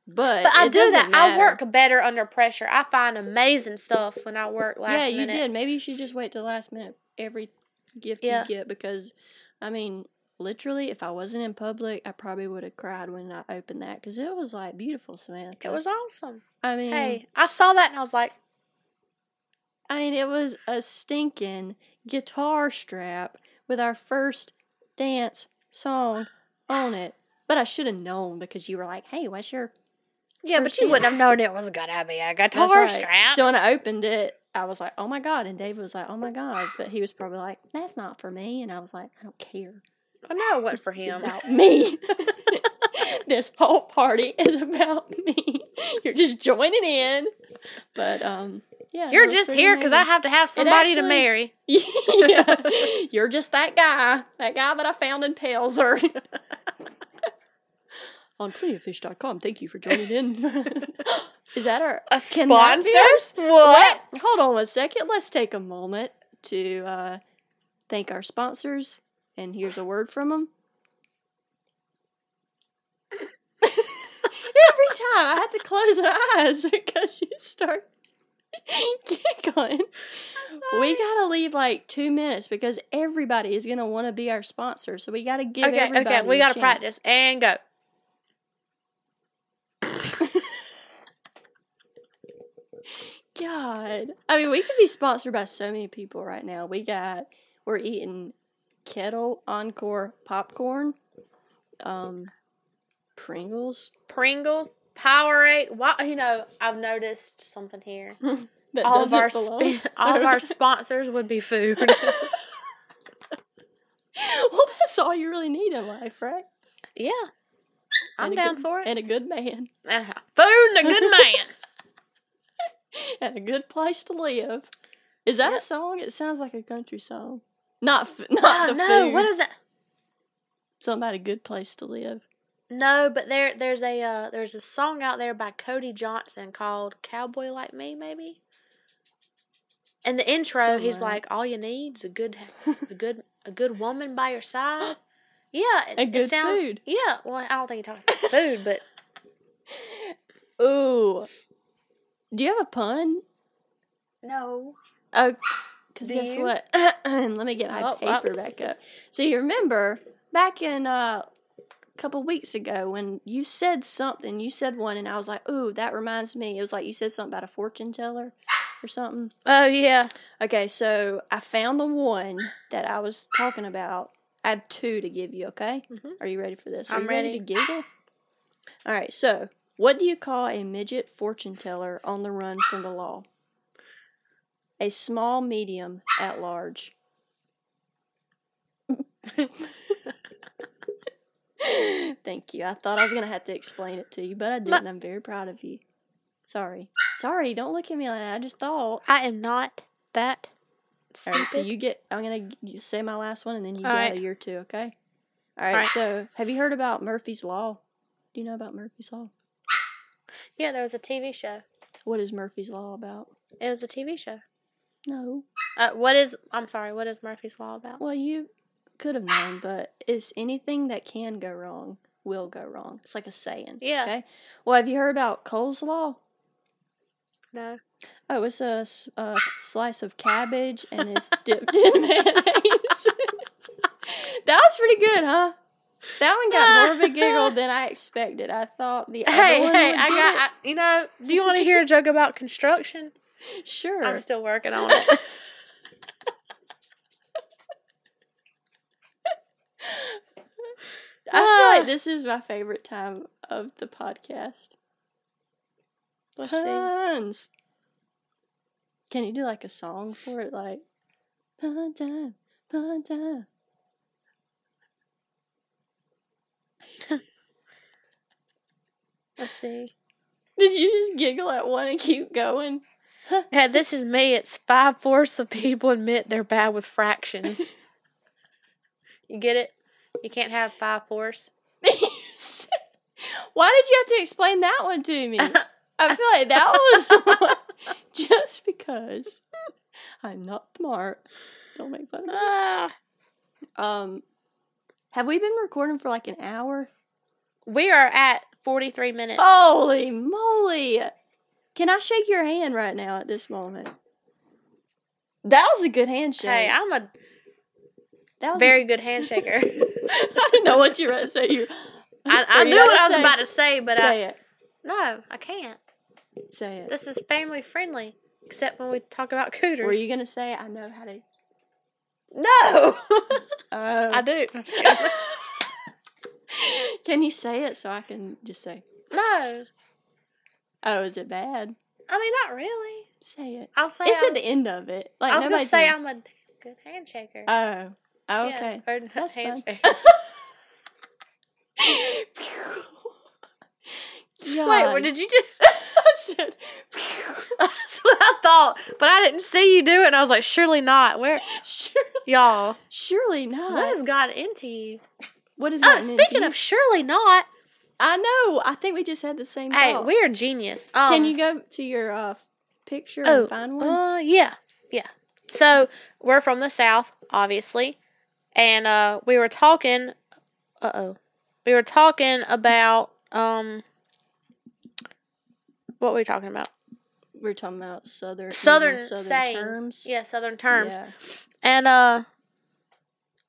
But, But I it do that. doesn't I matter. work better under pressure. I find amazing stuff when I work last yeah, minute. you did. Maybe you should just wait till the last minute every gift Yeah. you get because I mean, literally if I wasn't in public, I probably would have cried when I opened that cuz it was like beautiful, Samantha. It was awesome. I mean, Hey, I saw that and I was like, I mean, it was a stinking guitar strap with our first dance song on it. But I should have known because you were like, "Hey, what's your yeah, First but you dance. wouldn't have known it was gonna be a guitar That's right. strap. So when I opened it, I was like, "Oh my god!" And David was like, "Oh my god!" But he was probably like, "That's not for me." And I was like, "I don't care." I know it wasn't for It's him. about me. this whole party is about me. You're just joining in, but um, yeah, You're just here because I have. have to have somebody to actually- marry. yeah. You're just that guy. That guy that I found in Pelzer. On plentyoffish.com. Thank you for joining in. Is that our A Can that be our sponsor? What? Let- Hold on one second. Let's take a moment to uh, thank our sponsors. And here's a word from them. Every time I had to close my eyes because you start giggling. We gotta leave like two minutes because everybody is gonna want to be our sponsor, so we gotta give okay, everybody. okay, we a gotta chance. practice and go. God, I mean, we could be sponsored by so many people right now. We got we're eating kettle encore popcorn, um, Pringles. Pringles, Powerade. Why, you know, I've noticed something here. That all of doesn't our belong. sp- all of our sponsors would be food. well, that's all you really need in life, right? yeah, I'm And a down good- for it. And a good man, Uh-huh. Food and a good man. and a good place to live. Is that Yep. a song? It sounds like a country song. Not, f- not oh the no, food. what is that? Something about a good place to live. No, but there there's a uh, there's a song out there by Cody Johnson called "Cowboy Like Me," maybe. And the intro, he's Somewhat. like, "All you need's a good, a good, a good woman by your side." Yeah, it- A it good sounds- food. Yeah, well, I don't think he talks about food, but Ooh, do you have a pun? no. Oh, because Do guess you? what? Let me get my Oh, well. paper back up. So you remember back in uh, a couple weeks ago when you said something, you said one, and I was like, "Ooh, that reminds me." It was like you said something about a fortune teller or something. Oh yeah, Okay, so I found the one that I was talking about. I have two to give you. Okay, Mhm. are you ready for this? Are I'm you ready. ready. to giggle? All right. So, what do you call a midget fortune teller on the run from the law? A small medium at large. Thank you. I thought I was gonna have to explain it to you, but I didn't. I'm very proud of you. Sorry. Sorry. Don't look at me like that. I just thought. I am not that. All Stupid. right, so you get. I'm gonna g- say my last one, and then you All gather right. your two. Okay. All right, right. So, have you heard about Murphy's Law? Do you know about Murphy's Law? yeah, there was a TV show. What is Murphy's Law about? It was a TV show. No. Uh, what is? I'm sorry. What is Murphy's Law about? Well, you could have known, but it's anything that can go wrong will go wrong. It's like a saying. Yeah. Okay. Well, have you heard about Cole's Law? No. Oh, it's a, s- a slice of cabbage and it's dipped in mayonnaise. that was pretty good, huh? That one got more of a giggle than I expected. I thought the other Hey, one hey, would I get got. I, you know, do you want to hear a joke about construction? it. sure. I'm still working on it. I feel Ah. like this is my favorite time of the podcast. Let's see. Puns. Can you do like a song for it, like pun time, pun time? Let's see. Did you just giggle at one and keep going? Yeah, this is me. It's five fourths of people admit they're bad with fractions. you get it? You can't have five fourths. Why did you have to explain that one to me? I feel like that was just because I'm not smart. Don't make fun. of me. Ah. Um, have we been recording for like an hour? we are at 43 minutes. Holy moly! Can I shake your hand right now at this moment? That was a good handshake. hey, I'm a that was very good handshaker. I didn't know what you were about to say. You, I, I You knew what gotta I was say- about to say, but I, say no, I can't. it. Say it. This is family friendly, except when we talk about cooters. Were you gonna say I know how to? no, Oh. I do. can you say it so I can just say? no, Oh, is it bad? I mean not really. Say it. I'll say. It's I'm- at the end of it. Like I was gonna nobody say did- I'm a good handshaker. Oh. Oh, Yeah, okay. or n- That's fine. handshake. Wait, God. what did you do? I said, That's what I thought, but I didn't see you do it, and I was like, surely not. Where Sure, y'all? surely not. What has got into you? what is Oh, gotten into speaking you? of surely not, I know. I think we just had the same. hey, thought. we're genius. Um, Can you go to your uh, picture Oh, and find one? Uh, yeah, yeah. So we're from the south, obviously, and uh, we were talking. Uh oh, we were talking about um, what were we talking about? we're talking about southern using Southern, southern sayings. terms. Yeah, Southern terms. Yeah. And uh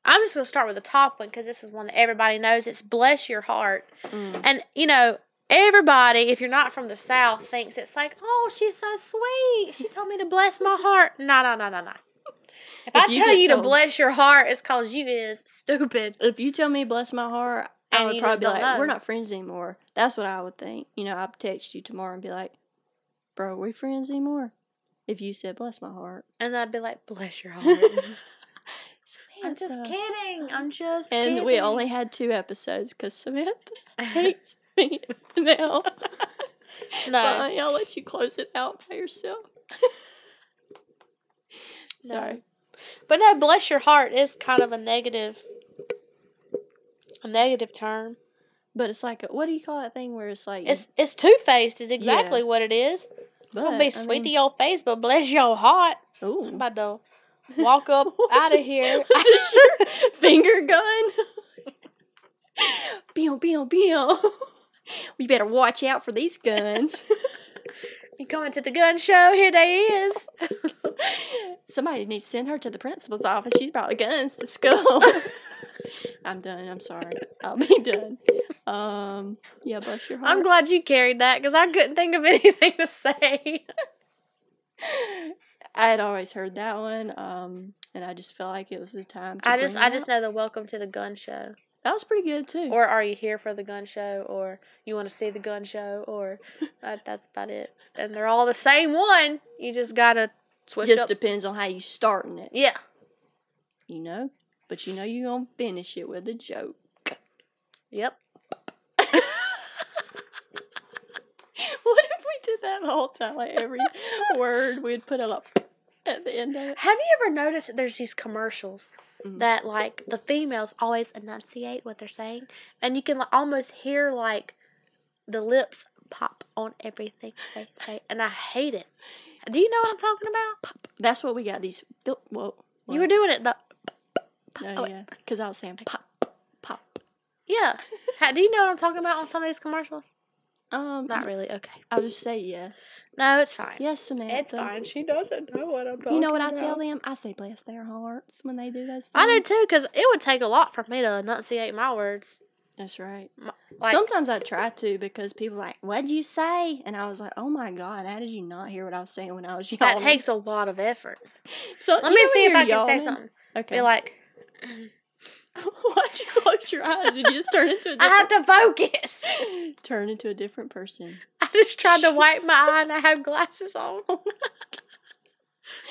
I'm just going to start with the top one because this is one that everybody knows. It's bless your heart. Mm. And, you know, everybody, if you're not from the South, thinks it's like, oh, she's so sweet. She told me to bless my heart. No, no, no, no, no. If, I If you tell get you to told- bless your heart, it's because you is stupid. If you tell me bless my heart, I And would you probably just be don't like, know. We're not friends anymore. That's what I would think. You know, I'd text you tomorrow and be like, Bro, are we friends anymore? If you said bless my heart. And then I'd be like, bless your heart. I'm just Samantha. kidding. I'm just And kidding. we only had two episodes because Samantha hates me now. no. Fine, I'll let you close it out by yourself. No. Sorry. But no, bless your heart is kind of a negative a negative term. But it's like, a, what do you call that thing where it's like, you- It's it's two faced is exactly what it is. Don't but, be I sweet to mean- your face, but bless your heart. Ooh. I'm about to walk up out of here. Was this your finger gun? Bill, bill, bill. We better watch out for these guns. You coming to the gun show? Here they is. Somebody needs to send her to the principal's office. She's brought the guns to school. I'm done. I'm sorry. I'll be done. Um, yeah, bless your heart. I'm glad you carried that because I couldn't think of anything to say. I had always heard that one, um, and I just felt like it was the time. To I just bring I it just up. know the welcome to the gun show. that was pretty good too. Or are you here for the gun show? Or you want to see the gun show? Or that, that's about it. And they're all the same one. You just gotta switch just up. depends on how you starting it, yeah, you know. But you know you're gonna finish it with a joke. yep. What if we did that the whole time? Like every word we'd put a little at the end of it. Have you ever noticed that there's these commercials Mhm. that like the females always enunciate what they're saying, and you can like, almost hear like the lips pop on everything they say, and I hate it. Do you know what I'm talking about? That's what we got. These built. Whoa. You were doing it the No, yeah. Because I was saying pop, pop. yeah. How, do you know what I'm talking about on some of these commercials? Um, Not really. Okay. I'll just say yes. No, it's fine. Yes, Samantha. It's fine. She doesn't know what I'm talking You know what I tell about. them? I say bless their hearts when they do those things. I do too, because it would take a lot for me to enunciate my words. That's right. Like, Sometimes I try to because people are like, "What'd you say?" And I was like, "Oh my god, how did you not hear what I was saying when I was yelling?" that takes a lot of effort. So, Let you me know see when if I can you're say yawning? something. Okay. Be like, Why'd you close your eyes? Did you just turn into a I have different, to focus. turn into a different person? I just tried to wipe my eye and I have glasses on.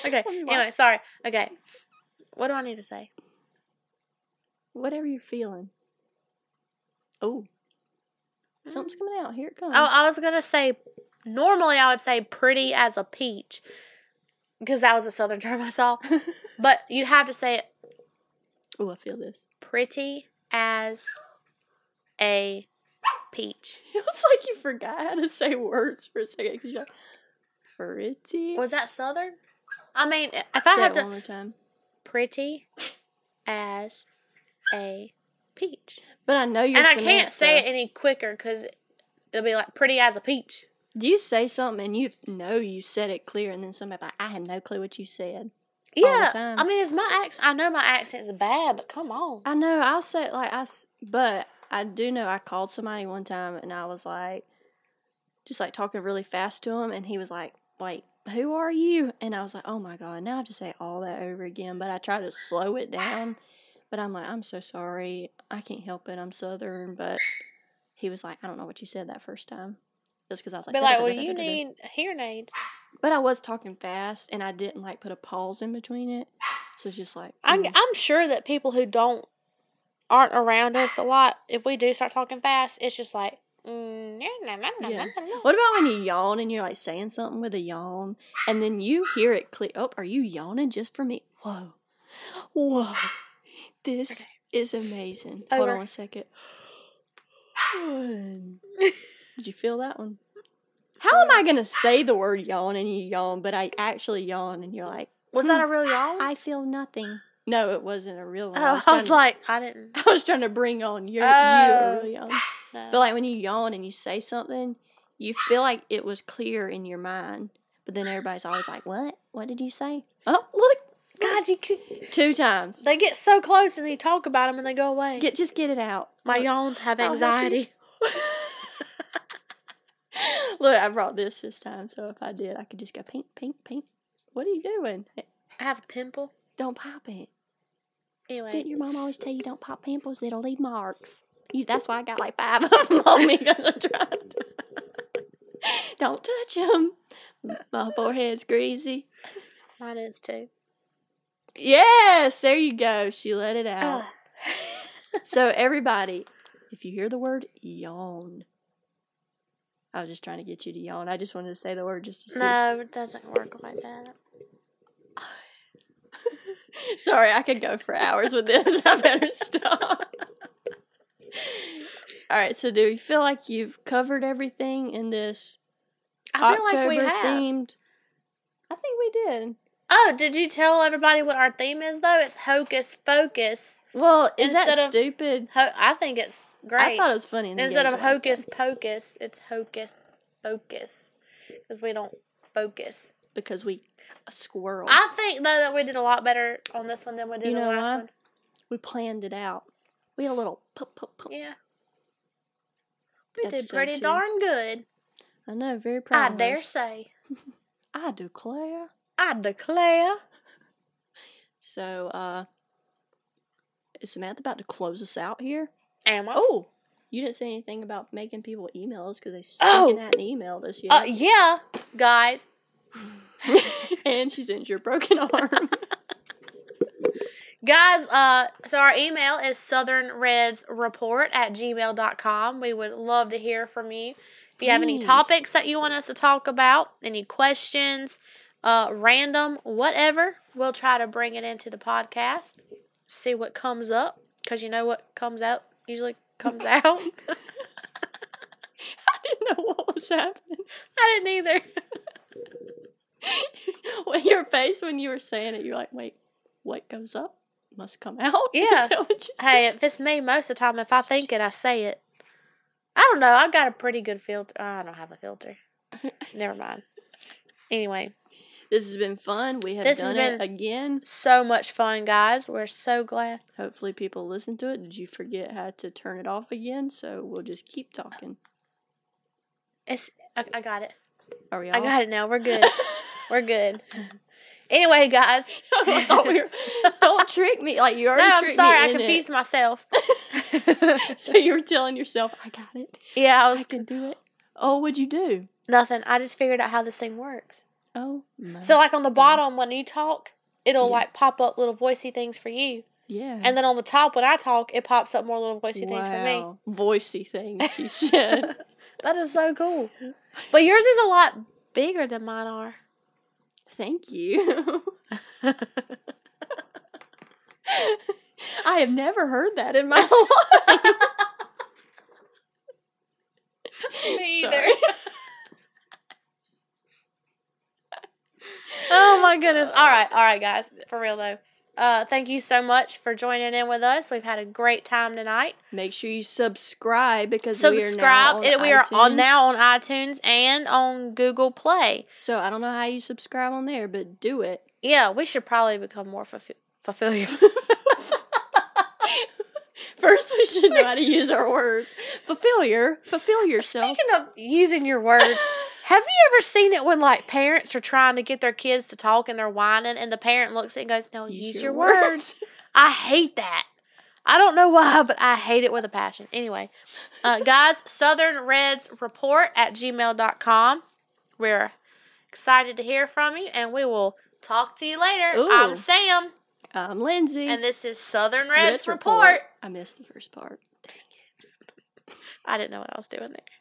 okay. Let me Anyway, sorry. Okay. What do I need to say? Whatever you're feeling. Oh, something's coming out. Here it comes. Oh, I was gonna say. Normally, I would say pretty as a peach, because that was a southern term I saw. But you'd have to say it oh, I feel this. pretty as a peach. It's like you forgot how to say words for a second. 'cause you're like, pretty. Was that Southern? I mean, if I Say had it to. one more time. Pretty as a peach. But I know you're. and I can't say it Samantha. any quicker because it'll be like pretty as a peach. Do you say something and you know you said it clear, and then somebody like, I had no clue what you said. the Yeah. time. I mean, it's my accent. I know my accent's bad, but come on. I know. I'll say like I, s- but I do know I called somebody one time and I was like, just like talking really fast to him, and he was like, "Wait, who are you?" And I was like, "Oh my god!" Now I have to say all that over again, but I try to slow it down. But I'm like, "I'm so sorry. I can't help it. I'm Southern." But he was like, "I don't know what you said that first time." That's because I was like, Be like, well, you "Da-da-da-da-da-da-da." need hearing aids. But I was talking fast, and I didn't like put a pause in between it, so it's just like I'm, mm. I'm sure that people who don't aren't around us a lot, if we do start talking fast, it's just like, mm, nah, nah, nah, nah, Yeah. nah, nah. What about when you yawn and you're like saying something with a yawn and then you hear it click? Oh, are you yawning just for me? Whoa. Whoa. This Okay. is amazing. Hold on Over. one second. Did you feel that one? How am I going to say the word yawn and you yawn, but I actually yawn and you're like, Was that a real yawn? I feel nothing? No, it wasn't a real one. Oh, I was, was, trying to- like, I didn't. I was trying to bring on your, you Oh. a real yawn. No. But like when you yawn and you say something, you feel like it was clear in your mind, But then everybody's always like, "What? What did you say?" Oh, look, God, you could, two times. they get so close and you talk about them and they go away. Get just get it out. My Look. yawns have I'll help you. anxiety. Look, I brought this this time, so if I did, I could just go pink, pink, pink. What are you doing? I have a pimple. Don't pop it. Anyway, Didn't your mom always tell you don't pop pimples? It'll leave marks. You, that's why I got like five of them on me because I'm trying. To... don't touch them. My forehead's greasy. mine is too. Yes, there you go. She let it out. Ugh. so everybody, if you hear the word yawn, I was just trying to get you to yawn. I just wanted to say the word just to see. no, it doesn't work like that. Sorry, I could go for hours with this. I better stop. All right, so do you feel like you've covered everything in this I feel October like we have. themed? I think we did. Oh, did you tell everybody what our theme is though? It's Hocus Focus. Well, is Instead that of- stupid? Ho- I think it's great. I thought it was funny. In the Instead games of I like Hocus that, Pocus, it's Hocus Focus because we don't focus. because we a squirrel. I think though that we did a lot better on this one than we did Oh. You the know last why? one. we planned it out. We had a little pop pop pop. Yeah. We did Episode pretty two. darn good. I know, very proud. I of dare us. say. I declare. I declare. So, uh, is Samantha about to close us out here? Am I? Oh, you didn't say anything about making people email us because they Oh. stinking at an email this year. Uh, yeah, guys. and she sends your broken arm. Guys, uh, so our email is southernredsreport at gmail.com. We would love to hear from you. If you have any Please. topics that you want us to talk about, any questions, uh, random, whatever, we'll try to bring it into the podcast, see what comes up, because you know what comes out usually comes out. I didn't know what was happening. I didn't either. Well, your face when you were saying it, you're like, wait, what goes up must come out? Yeah. Is that what you said? Hey, if it's me most of the time, if I think it, I say it. I don't know. I've got a pretty good filter. Oh, I don't have a filter. Never mind. Anyway, This has been fun. We have This has done it been- again. so much fun, guys. We're so glad. Hopefully, people listen to it. Did you forget how to turn it off again? So we'll just keep talking. It's. I, I got it. Are we all? I got it now. We're good. We're good. Anyway, guys. I thought we were- don't trick me. Like you No, already I'm tricked sorry. I me. in confused myself. It. so you were telling yourself, I got it. Yeah, I I was can do it. Oh, what'd you do? nothing. I just figured out how this thing works. Oh, my. So, like on the bottom when you talk, it'll Yeah. Mm-hmm. like pop up little voicey things for you, yeah. and then on the top when I talk, it pops up more little voicey things for me. wow. Voicey things, she said. That is so cool. But yours is a lot bigger than mine are. Thank you. I have never heard that in my life. Sorry. Me either. Oh my goodness. All right, all right, guys. For real though. Uh, thank you so much for joining in with us. We've had a great time tonight. Make sure you subscribe because we are now Subscribe. on and we are on iTunes. now on iTunes and on Google Play. So I don't know how you subscribe on there, but do it. Yeah, we should probably become more fulfill- fulfilling. First, we should know how to use our words. Fulfill your, fulfill yourself. Speaking of using your words, have you ever seen it when like parents are trying to get their kids to talk and they're whining and the parent looks at it and goes, No, use, your, words. I hate that. I don't know why, but I hate it with a passion. Anyway, uh, guys, Southern Reds Report at gmail.com. We're excited to hear from you and we will talk to you later. Ooh. I'm Sam I'm Lindsay. and this is Southern Reds, Let's Report. I missed the first part. I didn't know what I was doing there.